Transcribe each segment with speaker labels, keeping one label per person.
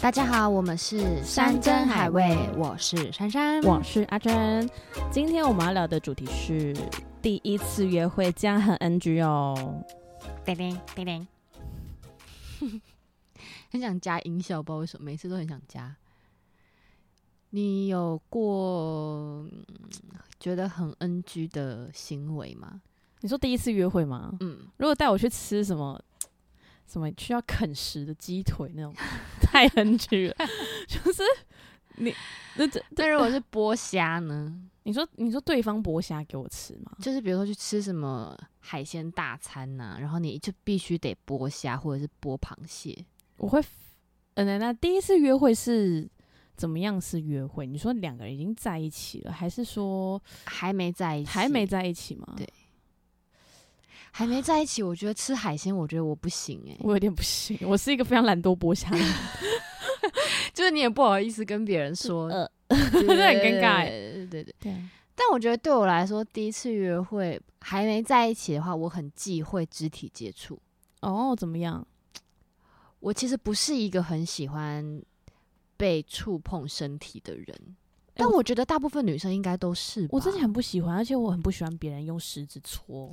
Speaker 1: 大家好，我们是
Speaker 2: 山珍海味
Speaker 1: 我是珊珊，
Speaker 2: 我是阿珍，今天我们要聊的主题是第一次约会，这样很 NG 哦。
Speaker 1: 叮叮叮叮， 很想加音效，不知道为什么，每次都很想加。你有过嗯觉得很 NG 的行为吗？
Speaker 2: 你说第一次约会吗？
Speaker 1: 嗯，
Speaker 2: 如果带我去吃什么什么需要啃食的鸡腿那种，太 NG 了。 就是你，那这
Speaker 1: 那如果是剥虾呢？
Speaker 2: 你说你说对方剥虾给我吃吗？
Speaker 1: 就是比如说去吃什么海鲜大餐呐、然后你就必须得剥虾或者是剥螃蟹。
Speaker 2: 我会，嗯、那那第一次约会是怎么样？是约会？你说两个人已经在一起了，还是说
Speaker 1: 还没在一起，
Speaker 2: 还没在一起吗？
Speaker 1: 对还没在一起，我觉得吃海鲜，我觉得我不行哎、
Speaker 2: 我有点不行，我是一个非常懒惰剥虾的人。
Speaker 1: 就是你也不好意思跟别人说，
Speaker 2: 呃，
Speaker 1: 对
Speaker 2: 这很尴尬欸
Speaker 1: 对对对对。啊
Speaker 2: 对，
Speaker 1: 但我觉得对我来说，第一次约会还没在一起的话，我很忌讳肢体接触。
Speaker 2: 哦，怎么样？
Speaker 1: 我其实不是一个很喜欢被触碰身体的人，但
Speaker 2: 我
Speaker 1: 我觉得大部分女生应该都是吧。
Speaker 2: 我真的很不喜欢，而且我很不喜欢别人用食指戳，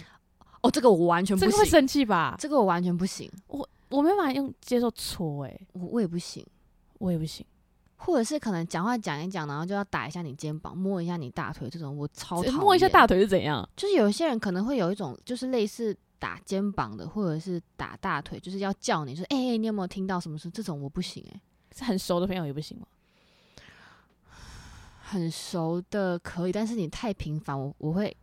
Speaker 1: 哦，这个我完全
Speaker 2: 这
Speaker 1: 不
Speaker 2: 个会
Speaker 1: 行，
Speaker 2: 生气吧？
Speaker 1: 这个我完全不行，
Speaker 2: 我没办法用接受戳、欸，哎，
Speaker 1: 我我也不行。
Speaker 2: 我也不行，
Speaker 1: 或者是可能讲话讲一讲，然后就要打一下你肩膀，摸一下你大腿，这种我超讨厌。
Speaker 2: 摸一下大腿是怎样？
Speaker 1: 就是有一些人可能会有一种就是类似打肩膀的，或者是打大腿，就是要叫你说：“哎、欸你有没有听到什么事？”这种我不行哎、
Speaker 2: 是很熟的朋友也不行吗？
Speaker 1: 很熟的可以，但是你太频繁，我我会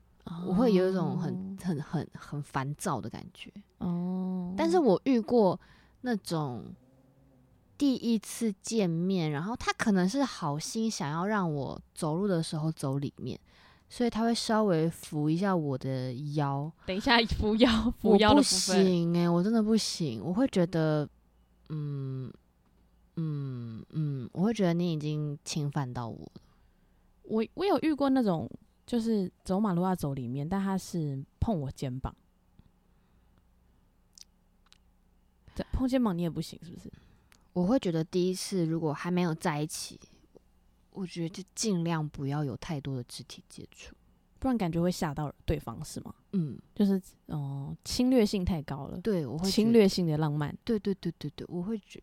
Speaker 1: 我会有一种很
Speaker 2: 哦
Speaker 1: 很很很烦躁的感觉。
Speaker 2: 哦，
Speaker 1: 但是我遇过那种第一次见面，然后他可能是好心想要让我走路的时候走里面，所以他会稍微扶一下我的腰，
Speaker 2: 等一下扶摇
Speaker 1: 我
Speaker 2: 扶摇
Speaker 1: 不
Speaker 2: 的部分，
Speaker 1: 行哎、我真的不行，我会觉得，嗯嗯嗯，我会觉得你已经侵犯到我了。
Speaker 2: 我我有遇过那种就是走马路要走里面，但他是碰我肩膀。对，碰肩膀你也不行，是不是？
Speaker 1: 我会觉得第一次如果还没有在一起，我觉得就尽量不要有太多的肢体接触。
Speaker 2: 不然感觉会吓到对方，是吗？
Speaker 1: 嗯，
Speaker 2: 就是哦、侵略性太高了，
Speaker 1: 对，我会觉
Speaker 2: 侵
Speaker 1: 得，
Speaker 2: 略性的浪 漫。
Speaker 1: 对对对对对，我会觉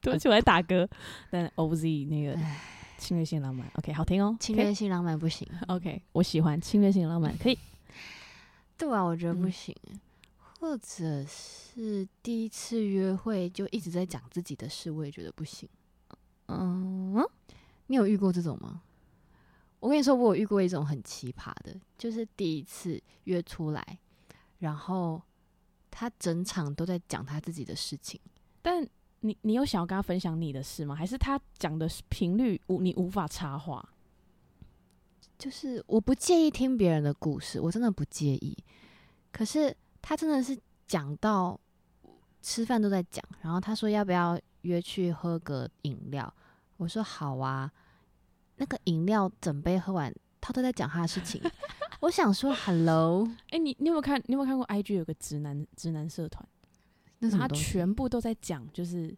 Speaker 2: 对不起，我在打嗝。呃 但 OZ 那个侵略性浪漫，OK，好听
Speaker 1: 哎
Speaker 2: 哦。
Speaker 1: 侵略性浪漫不行。啊
Speaker 2: o k 我喜欢侵略性浪 漫，可以。
Speaker 1: 对啊，我觉得不
Speaker 2: 嗯
Speaker 1: 行欸、或者是第一次约会就一直在讲自己的事，我也觉得不行。
Speaker 2: 嗯，
Speaker 1: 你有遇过这种吗？我跟你说，我有遇过一种很奇葩的，就是第一次约出来，然后他整场都在讲他自己的事情，
Speaker 2: 但你你有想要跟他分享你的事吗？还是他讲的频率无你无法插话？
Speaker 1: 就是我不介意听别人的故事，我真的不介意。可是他真的是讲到吃饭都在讲，然后他说要不要约去喝个饮料，我说好啊。那个饮料整杯喝完，他都在讲他的事情。我想说，Hello，
Speaker 2: 哎、你你有没有看？你有没有看过 IG 有个直男直男社团，
Speaker 1: 那什
Speaker 2: 然
Speaker 1: 么
Speaker 2: 后他
Speaker 1: 东西
Speaker 2: 全部都在讲就是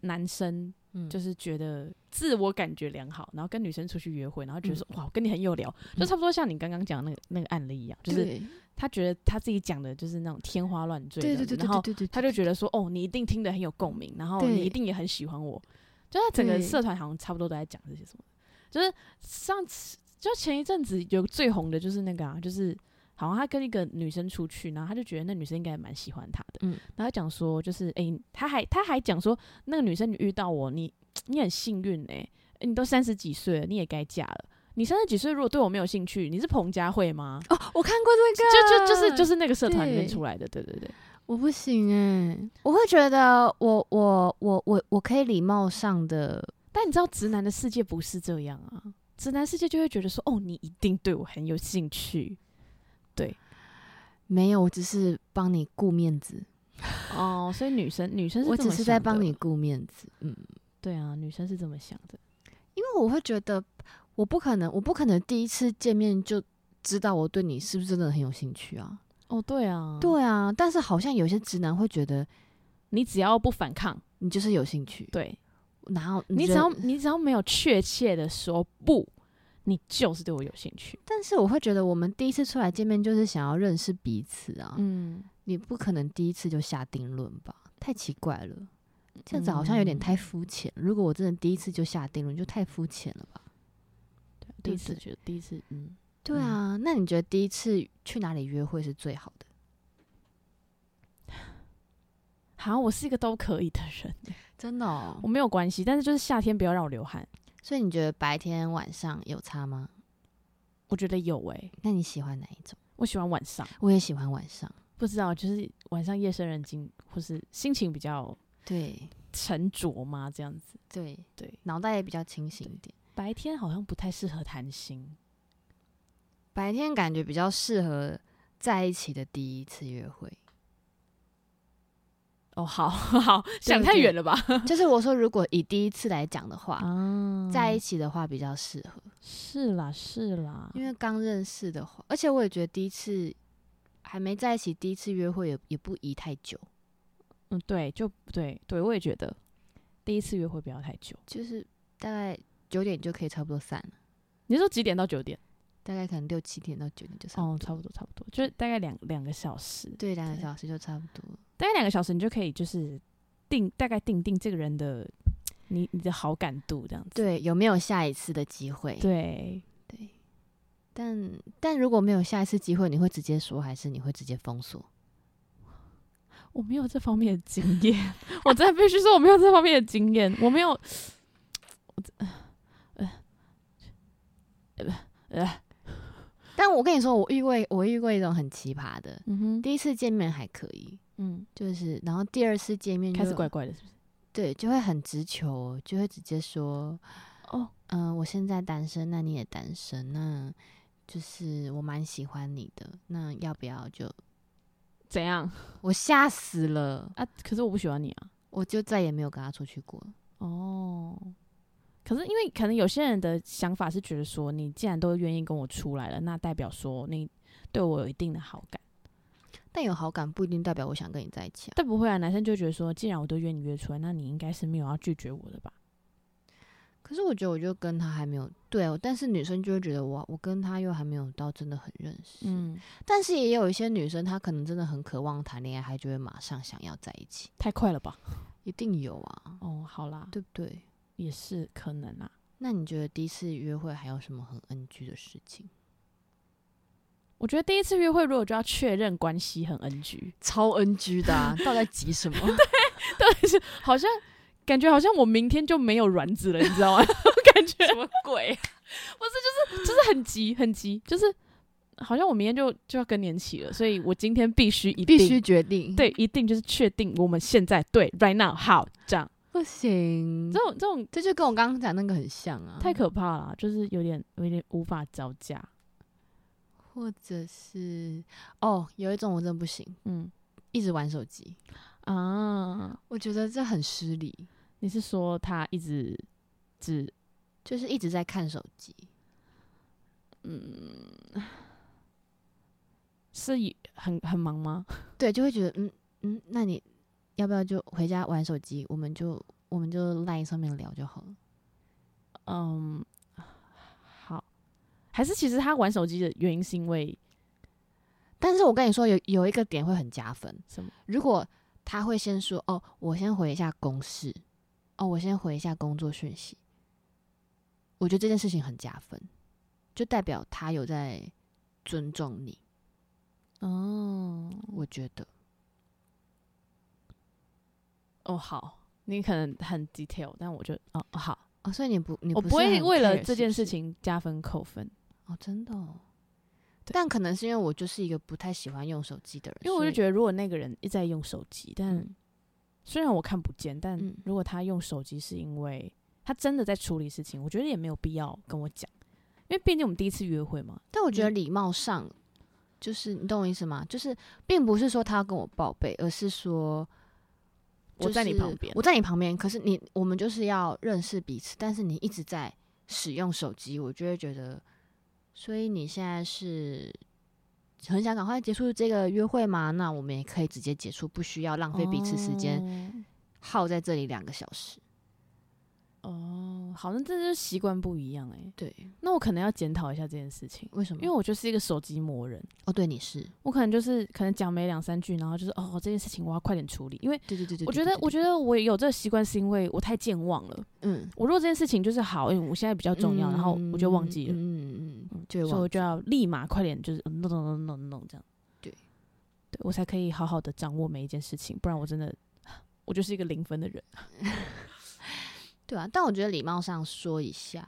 Speaker 2: 男生
Speaker 1: 嗯
Speaker 2: 就是觉得自我感觉良好，然后跟女生出去约会，然后觉得说、
Speaker 1: 嗯
Speaker 2: 哇，我跟你很有聊，就差不多像你刚刚讲的那个那个案例一样，就是
Speaker 1: 对
Speaker 2: 他觉得他自己讲的就是那种天花乱坠
Speaker 1: 对
Speaker 2: 这样
Speaker 1: 对对
Speaker 2: 子，
Speaker 1: 对
Speaker 2: 然后
Speaker 1: 对对，
Speaker 2: 他就觉得说哦，你一定听得很有共鸣，然后
Speaker 1: 对
Speaker 2: 你一定也很喜欢我，就他整个
Speaker 1: 对
Speaker 2: 社团好像差不多都在讲这些什么，就是上次就前一阵子有最红的就是那个啊，就是。好像他跟一个女生出去，然后他就觉得那女生应该蛮喜欢他的，
Speaker 1: 嗯
Speaker 2: 然后他讲说就是，诶、他还他还讲说那个女生你遇到我，你你很幸运诶、你都三十几岁了，你也该嫁了，你三十几岁如果对我没有兴趣，你是彭佳慧吗？
Speaker 1: 哦，我看过这
Speaker 2: 就
Speaker 1: 个，
Speaker 2: 就就是就是那个社团里面
Speaker 1: 对
Speaker 2: 出来的，对对对，
Speaker 1: 我不行哎、我会觉得我我我我我可以礼貌上的，
Speaker 2: 但你知道，直男的世界不是这样啊，直男世界就会觉得说，哦，你一定对我很有兴趣，
Speaker 1: 没有，我只是帮你顾面子，
Speaker 2: 哦，所以女生女生是
Speaker 1: 我
Speaker 2: 这
Speaker 1: 只
Speaker 2: 么
Speaker 1: 是在
Speaker 2: 想的
Speaker 1: 帮你，顾面子，嗯，
Speaker 2: 对啊，女生是这么想的，
Speaker 1: 因为我会觉得我不可能，我不可能第一次见面就知道我对你是不是真的很有兴趣啊？
Speaker 2: 哦，对啊，，
Speaker 1: 对啊，但是好像有些直男会觉得，
Speaker 2: 你只要不反抗，
Speaker 1: 你就是有兴趣，
Speaker 2: 对
Speaker 1: 然后
Speaker 2: 你只要你只要没有确切的说不，你就是对我有兴趣。
Speaker 1: 但是我会觉得我们第一次出来见面就是想要认识彼此啊，
Speaker 2: 嗯，
Speaker 1: 你不可能第一次就下定论吧？太奇怪了，这样子好像有点太肤浅。如果我真的第一次就下定论，就太肤浅了吧？
Speaker 2: 第一
Speaker 1: 对
Speaker 2: 次
Speaker 1: 不
Speaker 2: 觉得第一次，嗯，
Speaker 1: 对啊，那你觉得第一次去哪里约会是最好的？
Speaker 2: 好，我是一个都可以的人，
Speaker 1: 真的、哦
Speaker 2: 我，没有关系，但是就是夏天不要让我流汗，
Speaker 1: 所以你觉得白天晚上有差吗？
Speaker 2: 我觉得有诶、
Speaker 1: 那你喜欢哪一种？
Speaker 2: 我喜欢晚上，
Speaker 1: 我也喜欢晚上。
Speaker 2: 不知道就是晚上夜深人静，或是心情比较
Speaker 1: 对
Speaker 2: 沉着嘛，这样子。
Speaker 1: 对
Speaker 2: 对，
Speaker 1: 脑袋也比较清醒一点。
Speaker 2: 白天好像不太适合谈心，
Speaker 1: 白天感觉比较适合在一起的第一次约会。
Speaker 2: 哦，好 好，想太远了吧？
Speaker 1: 就是我说，如果以第一次来讲的话，
Speaker 2: 啊
Speaker 1: 在一起的话比较适合，
Speaker 2: 是啦是啦，
Speaker 1: 因为刚认识的话，而且我也觉得第一次还没在一起，第一次约会也也不宜太久，
Speaker 2: 嗯，对，就对对，我也觉得第一次约会不要太久。
Speaker 1: 就是大概九点就可以差不多散了，
Speaker 2: 你说几点到九点？
Speaker 1: 大概可能六七点到九点就差不多，
Speaker 2: 哦，差不多差不多，就是大概两两个小时，
Speaker 1: 对，两个
Speaker 2: 对
Speaker 1: 小时就差不多了。
Speaker 2: 大概两个小时你就可以就是定大概定定这个人的你你的好感度这样子。
Speaker 1: 对，有没有下一次的机会？
Speaker 2: 对，
Speaker 1: 对但但如果没有下一次机会，你会直接说，还是你会直接封锁？
Speaker 2: 我没有这方面的经验， 我真的必须说我没有这方面的经验，我没有，我这呃呃呃，
Speaker 1: 但我跟你说，我遇过我遇过一种很奇葩的，
Speaker 2: 嗯哼，
Speaker 1: 第一次见面还可以，
Speaker 2: 嗯，
Speaker 1: 就是然后第二次见面就
Speaker 2: 开始怪怪的，是不是？
Speaker 1: 对，就会很直球，哦就会直接说，
Speaker 2: 哦，
Speaker 1: 嗯、我现在单身，那你也单身，那就是我蛮喜欢你的，那要不要就？
Speaker 2: 怎样
Speaker 1: 我吓死了，
Speaker 2: 啊？可是我不喜欢你啊。
Speaker 1: 我就再也没有跟他出去过了。
Speaker 2: 哦，可是因为可能有些人的想法是觉得说，你既然都愿意跟我出来了，那代表说你对我有一定的好感。
Speaker 1: 但有好感不一定代表我想跟你在一起啊。
Speaker 2: 但不会啊，男生就会觉得说，既然我都约你约出来，那你应该是没有要拒绝我的吧？
Speaker 1: 可是我觉得我就跟他还没有对、哦，但是女生就会觉得我我跟他又还没有到真的很认识。
Speaker 2: 嗯，
Speaker 1: 但是也有一些女生，她可能真的很渴望谈恋爱，她就会马上想要在一起，
Speaker 2: 太快了吧？
Speaker 1: 一定有啊，
Speaker 2: 哦，好啦，
Speaker 1: 对不对？
Speaker 2: 也是可能啊啦。
Speaker 1: 那你觉得第一次约会还有什么很 NG 的事情？
Speaker 2: 我觉得第一次约会，如果就要确认关系，很 NG，
Speaker 1: 超 NG 的、啊，到底在急什 么？
Speaker 2: 好像感觉好像我明天就没有卵子了，你知道吗？ 我感觉什么鬼、 不是，就是就是很急，很急，就是好像我明天就就要更年期了，所以我今天必须一定
Speaker 1: 必须决定，，
Speaker 2: 对，一定就是确定我们现在对 right now 好这样，
Speaker 1: 不行
Speaker 2: 这，种这种
Speaker 1: 这就跟我刚刚讲那个很像啊。
Speaker 2: 太可怕了，就是有点有点无法招架。
Speaker 1: 或者是哦，有一种我真的不行，
Speaker 2: 嗯
Speaker 1: 一直玩手机，
Speaker 2: 啊，
Speaker 1: 我觉得这很失礼，
Speaker 2: 你是说他一直只
Speaker 1: 就是一直在看手机。
Speaker 2: 嗯是以很很忙吗？
Speaker 1: 对，就会觉得嗯嗯，那你要不要就回家玩手机？我们就我们就 line 上面聊就好了。
Speaker 2: 嗯，好，还是其实他玩手机的原因是因为
Speaker 1: 但是我跟你说，有有一个点会很加分，
Speaker 2: 什么？
Speaker 1: 如果他会先说哦，我先回一下公事，哦，我先回一下工作讯息，我觉得这件事情很加分，就代表他有在尊重你，
Speaker 2: 哦
Speaker 1: 我觉得。
Speaker 2: 哦，好，你可能很 detail，但我就哦哦好，
Speaker 1: 哦，所以你不，你
Speaker 2: 我
Speaker 1: 不
Speaker 2: 不
Speaker 1: 是
Speaker 2: 会
Speaker 1: 很
Speaker 2: 为了
Speaker 1: care
Speaker 2: 这件
Speaker 1: 是
Speaker 2: 事
Speaker 1: 不是
Speaker 2: 情加分扣分，
Speaker 1: 哦，真的、哦。
Speaker 2: 对
Speaker 1: 但可能是因为我就是一个不太喜欢用手机的人，
Speaker 2: 因为我就觉
Speaker 1: 得，
Speaker 2: 得如果那个人一直在用手机，但
Speaker 1: 嗯
Speaker 2: 虽然我看不见，但
Speaker 1: 嗯
Speaker 2: 如果他用手机是因为他真的在处理事情，我觉得也没有必要跟我讲，因为毕竟我们第一次约会嘛，
Speaker 1: 但我觉得
Speaker 2: 嗯
Speaker 1: 礼貌上，就是你懂我意思吗？就是并不是说他要跟我报备，而是说、
Speaker 2: 我在你
Speaker 1: 就是
Speaker 2: 旁边
Speaker 1: 我在你旁边。可是你，我们就是要认识彼此，但是你一直在使用手机，我就会觉得，所以你现在是。很想赶快结束这个约会吗？那我们也可以直接结束，不需要浪费彼此时间
Speaker 2: 哦
Speaker 1: 耗在这里两个小时。
Speaker 2: 哦，好像这就是习惯不一样哎、
Speaker 1: 对，
Speaker 2: 那我可能要检讨一下这件事情，
Speaker 1: 为什么？
Speaker 2: 因为我就是一个手机魔人，
Speaker 1: 哦，对，你是，
Speaker 2: 我可能就是可能讲没两三句，然后就是哦这件事情我要快点处理，因为
Speaker 1: 对对对对，
Speaker 2: 我觉得我觉
Speaker 1: 得，
Speaker 2: 得我有这个习惯是因为我太健忘了，
Speaker 1: 嗯，
Speaker 2: 我如果这件事情就是好，因为我现在比较重要，然后我就忘记了，
Speaker 1: 嗯嗯嗯，就
Speaker 2: 所以我
Speaker 1: 忘，
Speaker 2: 就要立马快点就是弄弄弄弄弄这样，
Speaker 1: 对，
Speaker 2: 对我才可以好好的掌握每一件事情，不然我真的我就是一个零分的人，
Speaker 1: 对啊。但我觉得礼貌上说一下，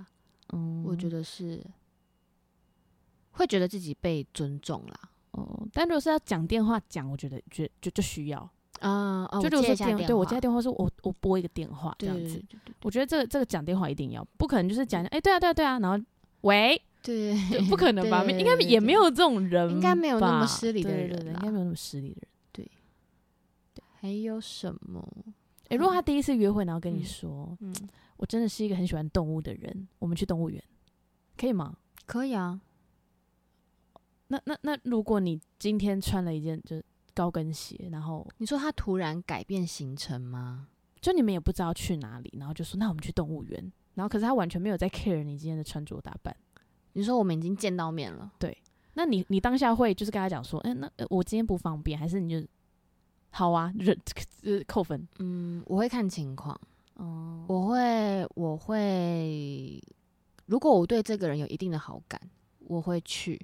Speaker 2: 嗯
Speaker 1: 我觉
Speaker 2: 得
Speaker 1: 得是会觉得自己被尊重啦。
Speaker 2: 哦，但如果是要讲电话讲，我觉得觉就就需要。
Speaker 1: 啊、啊，
Speaker 2: 就
Speaker 1: 我
Speaker 2: 如果
Speaker 1: 接
Speaker 2: 说
Speaker 1: 一下电
Speaker 2: 电，
Speaker 1: 话，
Speaker 2: 对我接电话说，我我拨一个电话这
Speaker 1: 对
Speaker 2: 样
Speaker 1: 对
Speaker 2: 子。
Speaker 1: 对对
Speaker 2: 我觉得这个这个讲电话一定要，不可能就是讲，哎、对啊对啊对啊，然后喂，
Speaker 1: 对对
Speaker 2: 对不可能吧？
Speaker 1: 对对
Speaker 2: 应该
Speaker 1: 对
Speaker 2: 也
Speaker 1: 对
Speaker 2: 没有这种人吧，
Speaker 1: 应该没有那么失礼的
Speaker 2: 对对
Speaker 1: 人
Speaker 2: 对
Speaker 1: 啦
Speaker 2: 应该没有那么失礼的人。
Speaker 1: 还有什么？
Speaker 2: 哎、如果他第一次约会，然后跟你
Speaker 1: 嗯
Speaker 2: 说，
Speaker 1: 嗯，
Speaker 2: 我真的是一个很喜欢动物的人，我们去动物园，可以吗？
Speaker 1: 可以啊，
Speaker 2: 那那那，如果你今天穿了一件就是高跟鞋，然后
Speaker 1: 你说他突然改变行程吗？
Speaker 2: 就你们也不知道去哪里，然后就说那我们去动物园，然后可是他完全没有在 care 你今天的穿着打扮。
Speaker 1: 你说我们已经见到面了，
Speaker 2: 那你你当下会就是跟他讲说，哎、那、呃我今天不方便，还是你就好啊， 忍、呃、扣分
Speaker 1: 嗯，我会看情况，
Speaker 2: 哦
Speaker 1: 我会我会，如果我对这个人有一定的好感，我会去，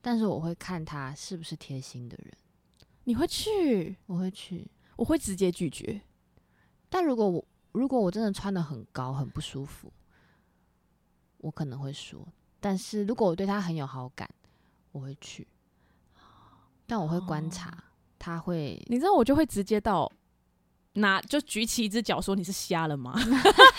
Speaker 1: 但是我会看他是不是贴心的人，
Speaker 2: 你会去，
Speaker 1: 我会去。
Speaker 2: 我会直接拒绝。
Speaker 1: 但如果我如果我真的穿的很高很不舒服，我可能会说。但是如果我对他很有好感，我会去，但我会观察、
Speaker 2: 哦
Speaker 1: 他会。
Speaker 2: 你知道我就会直接到拿就举起一只脚说你是瞎了吗？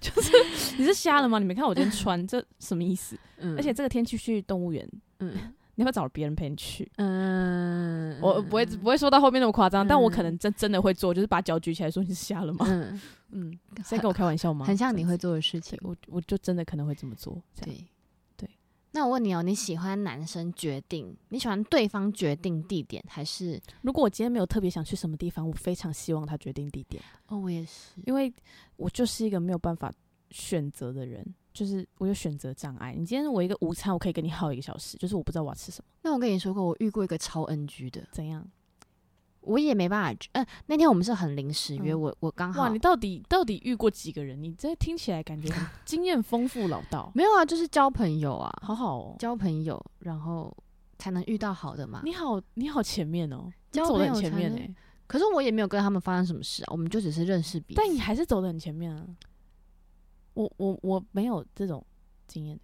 Speaker 2: 就是你是瞎了吗？你没看我今天穿这什么意思？
Speaker 1: 嗯
Speaker 2: 而且这个天气去动物园，
Speaker 1: 嗯
Speaker 2: 你要不要找别人陪你去？
Speaker 1: 嗯
Speaker 2: 我不会不会说到后面那么夸张，
Speaker 1: 嗯
Speaker 2: 但我可能真真的会做，就是把脚举起来说你是瞎了吗？
Speaker 1: 嗯，
Speaker 2: 嗯，在跟我开玩笑吗？
Speaker 1: 很像你
Speaker 2: 这样
Speaker 1: 会
Speaker 2: 子，
Speaker 1: 做的事情
Speaker 2: 对。我我就真的可能会这么做。这样
Speaker 1: 对
Speaker 2: 对。
Speaker 1: 那我问你哦，你喜欢男生决定，你喜欢对方决定地点，还是？
Speaker 2: 如果我今天没有特别想去什么地方，我非常希望他决定地点，
Speaker 1: 哦，我也是。
Speaker 2: 因为我就是一个没有办法选择的人，就是我有选择障碍。你今天我一个午餐，我可以跟你耗一个小时，就是我不知道我要吃什么，
Speaker 1: 那我跟你说过，我遇过一个超 NG 的，
Speaker 2: 怎样？
Speaker 1: 我也没办法。嗯、那天我们是很临时约，
Speaker 2: 嗯
Speaker 1: 我我啊刚好
Speaker 2: 哇，你到底到底遇过几个人？你这听起来感觉很 经验丰富，老道，
Speaker 1: 没有啊，就是交朋友啊，
Speaker 2: 好好哦。
Speaker 1: 交朋友，然后才能遇到好的嘛。
Speaker 2: 你好，你好前面哦，你
Speaker 1: 交
Speaker 2: 走的
Speaker 1: 朋
Speaker 2: 很
Speaker 1: 友
Speaker 2: 前
Speaker 1: 才
Speaker 2: 面
Speaker 1: 能
Speaker 2: 哎、
Speaker 1: 欸可是我也没有跟他们发生什么事啊，我们就只是认识彼此。
Speaker 2: 但你还是走的很前面啊。我我我没有这种经验，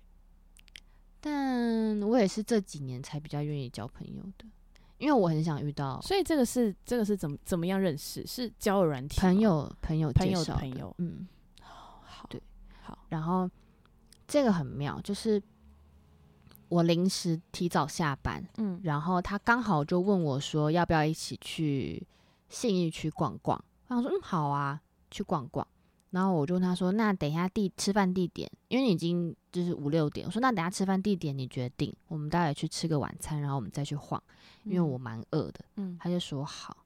Speaker 1: 但我也是这几年才比较愿意交朋友的，因为我很想遇到
Speaker 2: 所以这个是这个是怎么怎么样认识？是交友软体吗
Speaker 1: 朋友朋友
Speaker 2: 朋
Speaker 1: 介
Speaker 2: 友
Speaker 1: 绍的
Speaker 2: 的朋友，
Speaker 1: 嗯，
Speaker 2: 好
Speaker 1: 对
Speaker 2: 好，
Speaker 1: 然后这个很妙，就是我临时提早下班，
Speaker 2: 嗯
Speaker 1: 然后他刚好就问我说要不要一起去信义区逛逛，我想说嗯好啊，去逛逛。然后我就问他说，那等一下地吃饭地点，因为已经就是五六点，我说那等一下吃饭地点你决定，我们待会去吃个晚餐，然后我们再去晃，因为我蛮饿的。
Speaker 2: 嗯
Speaker 1: 他就说好，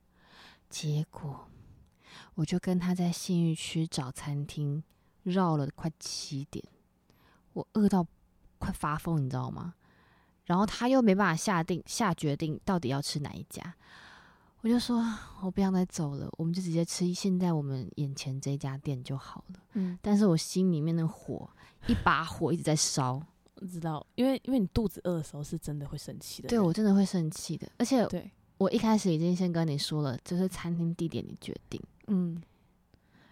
Speaker 1: 结果我就跟他在信义区找餐厅绕了快七点，我饿到快发疯，你知道吗？然后他又没办法下定下决定到底要吃哪一家，我就说我不想再走了，我们就直接吃现在我们眼前这家店就好了。
Speaker 2: 嗯，
Speaker 1: 但是我心里面的火，一把火一直在烧，
Speaker 2: 我知道，因为因为你肚子饿的时候是真的会生气的
Speaker 1: 对
Speaker 2: 人，
Speaker 1: 我真的会生气的。而且
Speaker 2: 对，
Speaker 1: 我一开始已经先跟你说了，就是餐厅地点你决定。
Speaker 2: 嗯，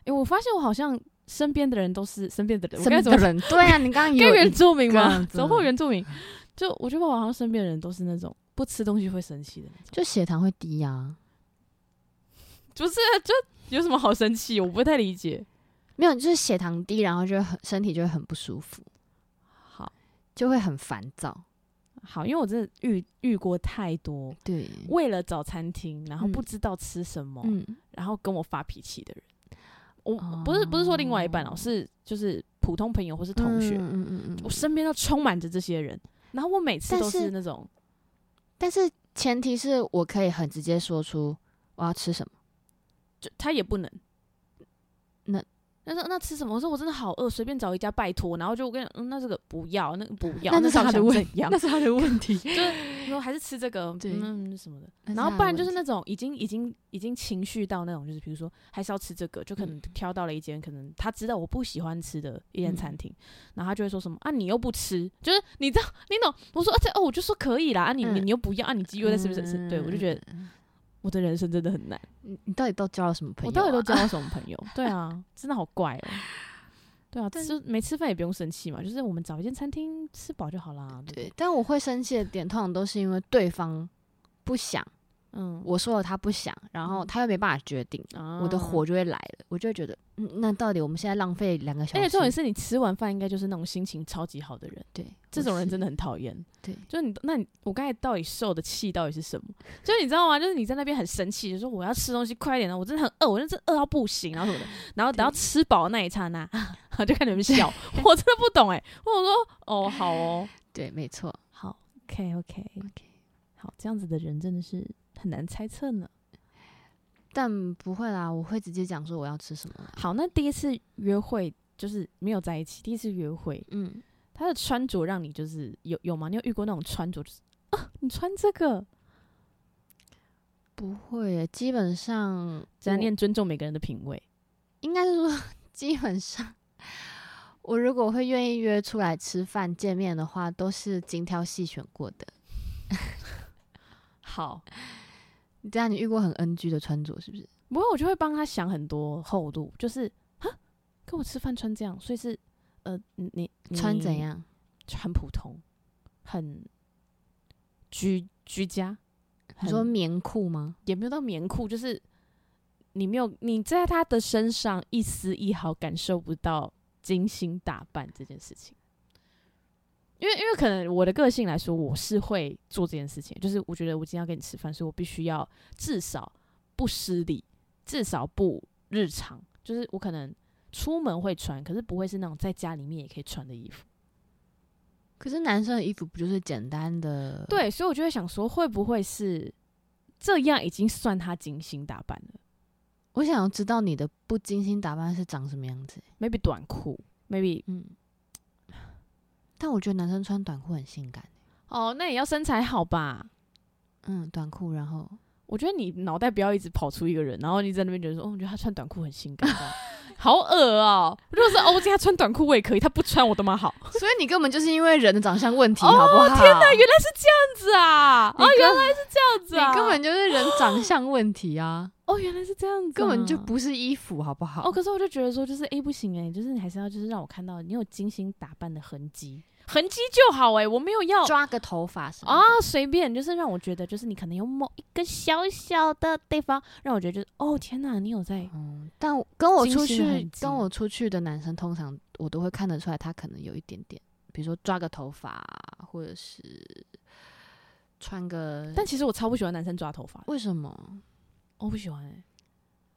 Speaker 2: 哎、我发现我好像身边的人都是身边的人，我
Speaker 1: 什
Speaker 2: 该
Speaker 1: 么
Speaker 2: 怎么讲？
Speaker 1: 人？对啊，你刚 刚
Speaker 2: 该
Speaker 1: 有
Speaker 2: 原
Speaker 1: 一
Speaker 2: 住民
Speaker 1: 这
Speaker 2: 吗？
Speaker 1: 样子
Speaker 2: 走后
Speaker 1: 吗
Speaker 2: 原住 民，就我觉得我好像身边的人都是那种不吃东西会生气的那种，
Speaker 1: 就血糖会低啊，
Speaker 2: 不是啊就有什么好生气？我不太理解。
Speaker 1: 没有，就是血糖低，然后就会很身体就会很不舒服，
Speaker 2: 好
Speaker 1: 就会很烦躁。
Speaker 2: 好，因为我真的遇遇过太多
Speaker 1: 对，
Speaker 2: 为了找餐厅，然后
Speaker 1: 嗯
Speaker 2: 不知道吃什么，
Speaker 1: 嗯，
Speaker 2: 然后跟我发脾气的人，我不是不是说另外一半哦，
Speaker 1: 哦
Speaker 2: 是就是普通朋友或是同学，
Speaker 1: 嗯嗯嗯嗯
Speaker 2: 我
Speaker 1: 嗯。
Speaker 2: 身边都充满着这些人，然后我每次
Speaker 1: 但
Speaker 2: 都是
Speaker 1: 是
Speaker 2: 那种
Speaker 1: 但是前提是我可以很直接说出我要吃什么，
Speaker 2: 就他也不能，他说那吃什么？我说我真的好饿，随便找一家拜托。然后就我跟你讲，嗯，那这个不要，那个不要，
Speaker 1: 那
Speaker 2: 那
Speaker 1: 是他的
Speaker 2: 问
Speaker 1: 问
Speaker 2: 怎样？
Speaker 1: 那是他的问题。
Speaker 2: 我说还是吃这个，
Speaker 1: 对
Speaker 2: 嗯什么的。
Speaker 1: 那是
Speaker 2: 然
Speaker 1: 他
Speaker 2: 后
Speaker 1: 的
Speaker 2: 不然就
Speaker 1: 问
Speaker 2: 是
Speaker 1: 题
Speaker 2: 那种已经已经已经情绪到那种，就是比如说还是要吃这个，就可能
Speaker 1: 嗯
Speaker 2: 挑到了一间可能他知道我不喜欢吃的一间
Speaker 1: 嗯
Speaker 2: 餐厅，然后他就会说什么啊你又不吃，就是你知道你懂？我说啊这哦我就说可以啦，啊你你
Speaker 1: 嗯
Speaker 2: 你又不要啊你鸡又在是不是？是对我就觉得
Speaker 1: 得
Speaker 2: 我的人生真的很难，
Speaker 1: 你你到底都交了什么朋友、啊
Speaker 2: 我到底都交了什么朋友？对啊， 真的好怪哦。对啊，
Speaker 1: 但
Speaker 2: 吃没吃饭也不用生气嘛，就是我们找一间餐厅吃饱就好啦。对不对，
Speaker 1: 对，但我会生气的点，通常都是因为对方不想，
Speaker 2: 嗯，
Speaker 1: 我说了他不想，然后他又没办法决定，我的
Speaker 2: 啊
Speaker 1: 火就会来了，我就会觉得，嗯，那到底我们现在浪费两个小时？
Speaker 2: 而且重点是你吃完饭应该就是那种心情超级好的人，
Speaker 1: 对，
Speaker 2: 这种人
Speaker 1: 我是
Speaker 2: 真的很讨厌。
Speaker 1: 对，
Speaker 2: 就是你，那你我刚才到底受的气到底是什么？就是你知道吗？就是你在那边很生气，就说我要吃东西快一点啊，我真的很饿，我真的饿到不行，然后什么的。然后等到吃饱的那一刹那， 就看你们笑，我真的不懂哎、我想说哦，好哦，
Speaker 1: 对，没错。
Speaker 2: 好，OK OK
Speaker 1: OK
Speaker 2: 好，这样子的人真的是很难猜测呢。
Speaker 1: 但不会啦，我会直接讲说我要吃什么啦。
Speaker 2: 好，那第一次约会就是没有在一起，第一次约会，
Speaker 1: 嗯，
Speaker 2: 他的穿着让你就是有有吗？你有遇过那种穿着就是啊，你穿这个？
Speaker 1: 不会耶，基本上
Speaker 2: 怎样？
Speaker 1: 我
Speaker 2: 你很尊重每个人的品味
Speaker 1: 应该是说， 基本上我如果会愿意约出来吃饭见面的话，都是精挑细选过的。
Speaker 2: 好，
Speaker 1: 这样你遇过很 NG 的穿着是不是？
Speaker 2: 不过我就会帮他想很多厚度，就是啊，跟我吃饭穿这样，所以是呃，你你你
Speaker 1: 穿怎？样？
Speaker 2: 很普通，很居居家。
Speaker 1: 你说
Speaker 2: 很
Speaker 1: 棉裤吗？
Speaker 2: 也没有到棉裤，就是你没有你在他的身上一丝一毫感受不到精心打扮这件事情。因为因为可能我的个性来说，我是会做这件事情，就是我觉得我今天要跟你吃饭，所以我必须要至少不失礼，至少不日常，就是我可能出门会穿，可是不会是那种在家里面也可以穿的衣服。
Speaker 1: 可是男生的衣服不就是简单的？，
Speaker 2: 对，所以我就会想说，会不会是这样已经算他精心打扮了？
Speaker 1: 我想要知道你的不精心打扮是长什么样子。
Speaker 2: maybe 短裤，maybe
Speaker 1: 嗯，但我觉得男生穿短裤很性感。
Speaker 2: 哦，那也要身材好吧？
Speaker 1: 嗯，短裤，然后
Speaker 2: 我觉得你脑袋不要一直跑出一个人，然后你在那边觉得说，哦，我觉得他穿短裤很性感，这样好恶哦、如果是 OZ，他穿短裤我也可以，他不穿我都蛮好。
Speaker 1: 所以你根本就是因为人的长相问题，
Speaker 2: 哦
Speaker 1: 好不好？天哪，
Speaker 2: 原来是这样子啊！
Speaker 1: 你
Speaker 2: 哦，
Speaker 1: 根
Speaker 2: 原来是这样子啊！
Speaker 1: 你根本就是人长相问题 啊，
Speaker 2: 哦，原来是这样子啊、
Speaker 1: 根本就不是衣服，好不好？
Speaker 2: 哦。可是我就觉得说，就是哎、不行哎、就是你还是要就是让我看到你有精心打扮的痕迹，痕迹就好哎、我没有要
Speaker 1: 抓个头发什么
Speaker 2: 啊
Speaker 1: 的？，
Speaker 2: 随便，就是让我觉得，就是你可能有某一个小小的地方，让我觉得就是，哦，天哪，你有在，
Speaker 1: 嗯，但我跟我出
Speaker 2: 精心
Speaker 1: 去
Speaker 2: 痕迹
Speaker 1: 跟我出去的男生，通常我都会看得出来，他可能有一点点，比如说抓个头发啊，或者是穿个。
Speaker 2: 但其实我超不喜欢男生抓头发的，
Speaker 1: 为什么？
Speaker 2: 我不喜欢、欸，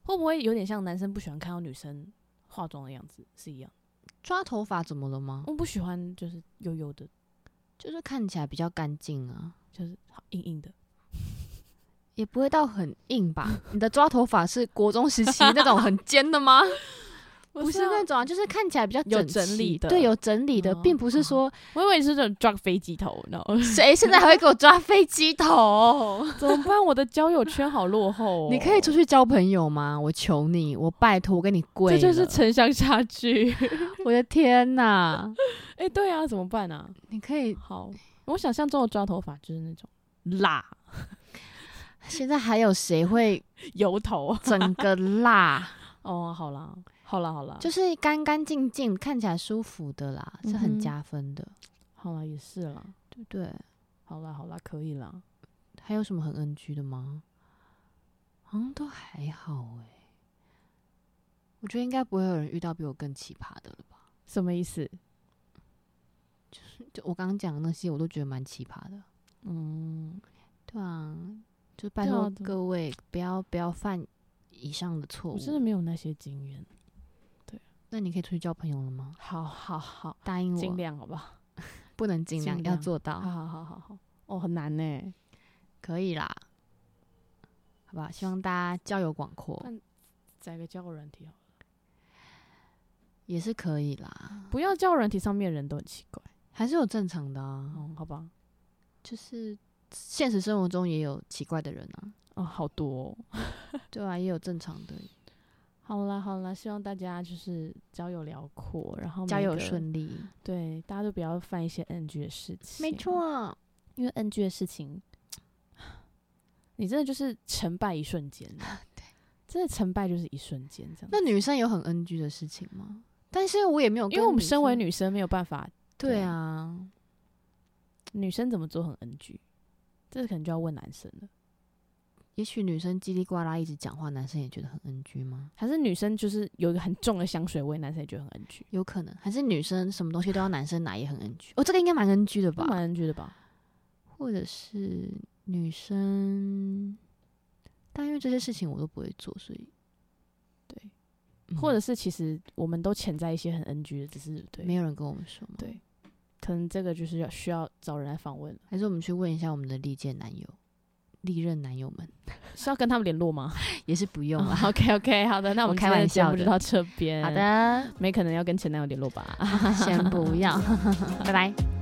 Speaker 2: 会不会有点像男生不喜欢看到女生化妆的样子是一样？
Speaker 1: 抓头发怎么了吗？
Speaker 2: 我不喜欢就是油油的，
Speaker 1: 就是看起来比较干净啊，
Speaker 2: 就是硬硬 的，
Speaker 1: 也不会到很硬吧？ 你的抓头发是国中时期那种很尖的 吗？不是那
Speaker 2: 那，
Speaker 1: 种啊，就是看起来比较
Speaker 2: 有
Speaker 1: 整
Speaker 2: 整
Speaker 1: 齐
Speaker 2: 理的
Speaker 1: 对，有整理的，
Speaker 2: 哦
Speaker 1: 并不是 说
Speaker 2: 我以为是那种抓飞机头，你知道吗？
Speaker 1: 谁现在还会给我抓飞机头？
Speaker 2: 怎么办？我的交友圈好落 后、哦
Speaker 1: 你可以出。去交朋友吗？我求你，我拜托，我跟你跪
Speaker 2: 这
Speaker 1: 了。
Speaker 2: 就是城乡差 距，
Speaker 1: 我的天哪！
Speaker 2: 哎、对啊，怎么办啊？
Speaker 1: 你可以
Speaker 2: 好，我想象中的抓头发就是那种辣
Speaker 1: 现在还有谁会
Speaker 2: 油头，
Speaker 1: 整个辣？
Speaker 2: 哦，好啦，好啦，好啦，
Speaker 1: 就是干干净净，看起来舒服的啦，是
Speaker 2: 嗯
Speaker 1: 很
Speaker 2: 哼
Speaker 1: 加分的，
Speaker 2: 好啦，也是啦，
Speaker 1: 对不对？
Speaker 2: 好啦，好啦，可以啦。
Speaker 1: 还有什么很 NG 的吗？好像都还好哎、我觉得应该不会有人遇到比我更奇葩的了吧？
Speaker 2: 什么意思？
Speaker 1: 就我刚刚讲的那些，我都觉得蛮奇葩的。
Speaker 2: 嗯，
Speaker 1: 对啊，就拜
Speaker 2: 对啊
Speaker 1: 托
Speaker 2: 对
Speaker 1: 各位不要不要犯以上的错
Speaker 2: 我
Speaker 1: 误。
Speaker 2: 真的没有那些经验。
Speaker 1: 那你可以出去交朋友了吗？
Speaker 2: 好好好，
Speaker 1: 答应
Speaker 2: 尽
Speaker 1: 我，
Speaker 2: 量好不好？
Speaker 1: 不能尽量
Speaker 2: 尽
Speaker 1: 要
Speaker 2: 量
Speaker 1: 做
Speaker 2: 好
Speaker 1: 到，
Speaker 2: 好好好好，哦，很难呢。
Speaker 1: 可以啦，
Speaker 2: 嗯
Speaker 1: 好吧？希望大家交友广阔。
Speaker 2: 哦那载个交友软体好了。
Speaker 1: 也是可以啦，
Speaker 2: 不要叫软体上面的人都很奇怪。
Speaker 1: 还是有正常的啊，
Speaker 2: 哦，好吧，
Speaker 1: 就是现实生活中也有奇怪的人啊，
Speaker 2: 哦，好多、哦。
Speaker 1: 对啊，也有正常的，
Speaker 2: 好啦好啦，希望大家就是交友辽阔，然后
Speaker 1: 交友
Speaker 2: 每个
Speaker 1: 顺利，
Speaker 2: 对，大家都不要犯一些 NG 的事情。
Speaker 1: 没，错，
Speaker 2: 因为 NG 的事情，你真的就是成败一瞬 间。
Speaker 1: 对，
Speaker 2: 真的成败就是一瞬间这样。
Speaker 1: 那女生有很 NG 的事情吗？但是我也没有跟
Speaker 2: 因为我们身为
Speaker 1: 生，
Speaker 2: 女生没有办法，
Speaker 1: 对啊，
Speaker 2: 女生怎么做很 NG，这可能就要问男生了。
Speaker 1: 也许女生叽里呱啦一直讲话，男生也觉得很 NG 吗？
Speaker 2: 还是女生就是有一个很重的香水味，男生也觉得很 NG，
Speaker 1: 有可能，还是女生什么东西都要男生拿也很 NG。哦，这个应该蛮 NG 的
Speaker 2: 不
Speaker 1: 吧？
Speaker 2: 蛮 NG 的吧？
Speaker 1: 或者是女生，但因为这些事情我都不会做，所以
Speaker 2: 对，
Speaker 1: 嗯
Speaker 2: 或者是其实我们都潜在一些很 NG 的，只是对
Speaker 1: 没有人跟我们说嘛。
Speaker 2: 对，可能这个就是要需要找人来访问了，
Speaker 1: 还是我们去问一下我们的历届男友、历任男友们，
Speaker 2: 是要跟他们联络 吗？
Speaker 1: 也是不用啊。
Speaker 2: OK OK，好哦的，那
Speaker 1: 我
Speaker 2: 我们
Speaker 1: 开
Speaker 2: 今天
Speaker 1: 玩
Speaker 2: 的节
Speaker 1: 笑
Speaker 2: 目就
Speaker 1: 的
Speaker 2: 到这 边。
Speaker 1: 好，的，
Speaker 2: 没可能要跟前男友联络吧？
Speaker 1: 先不要，拜拜。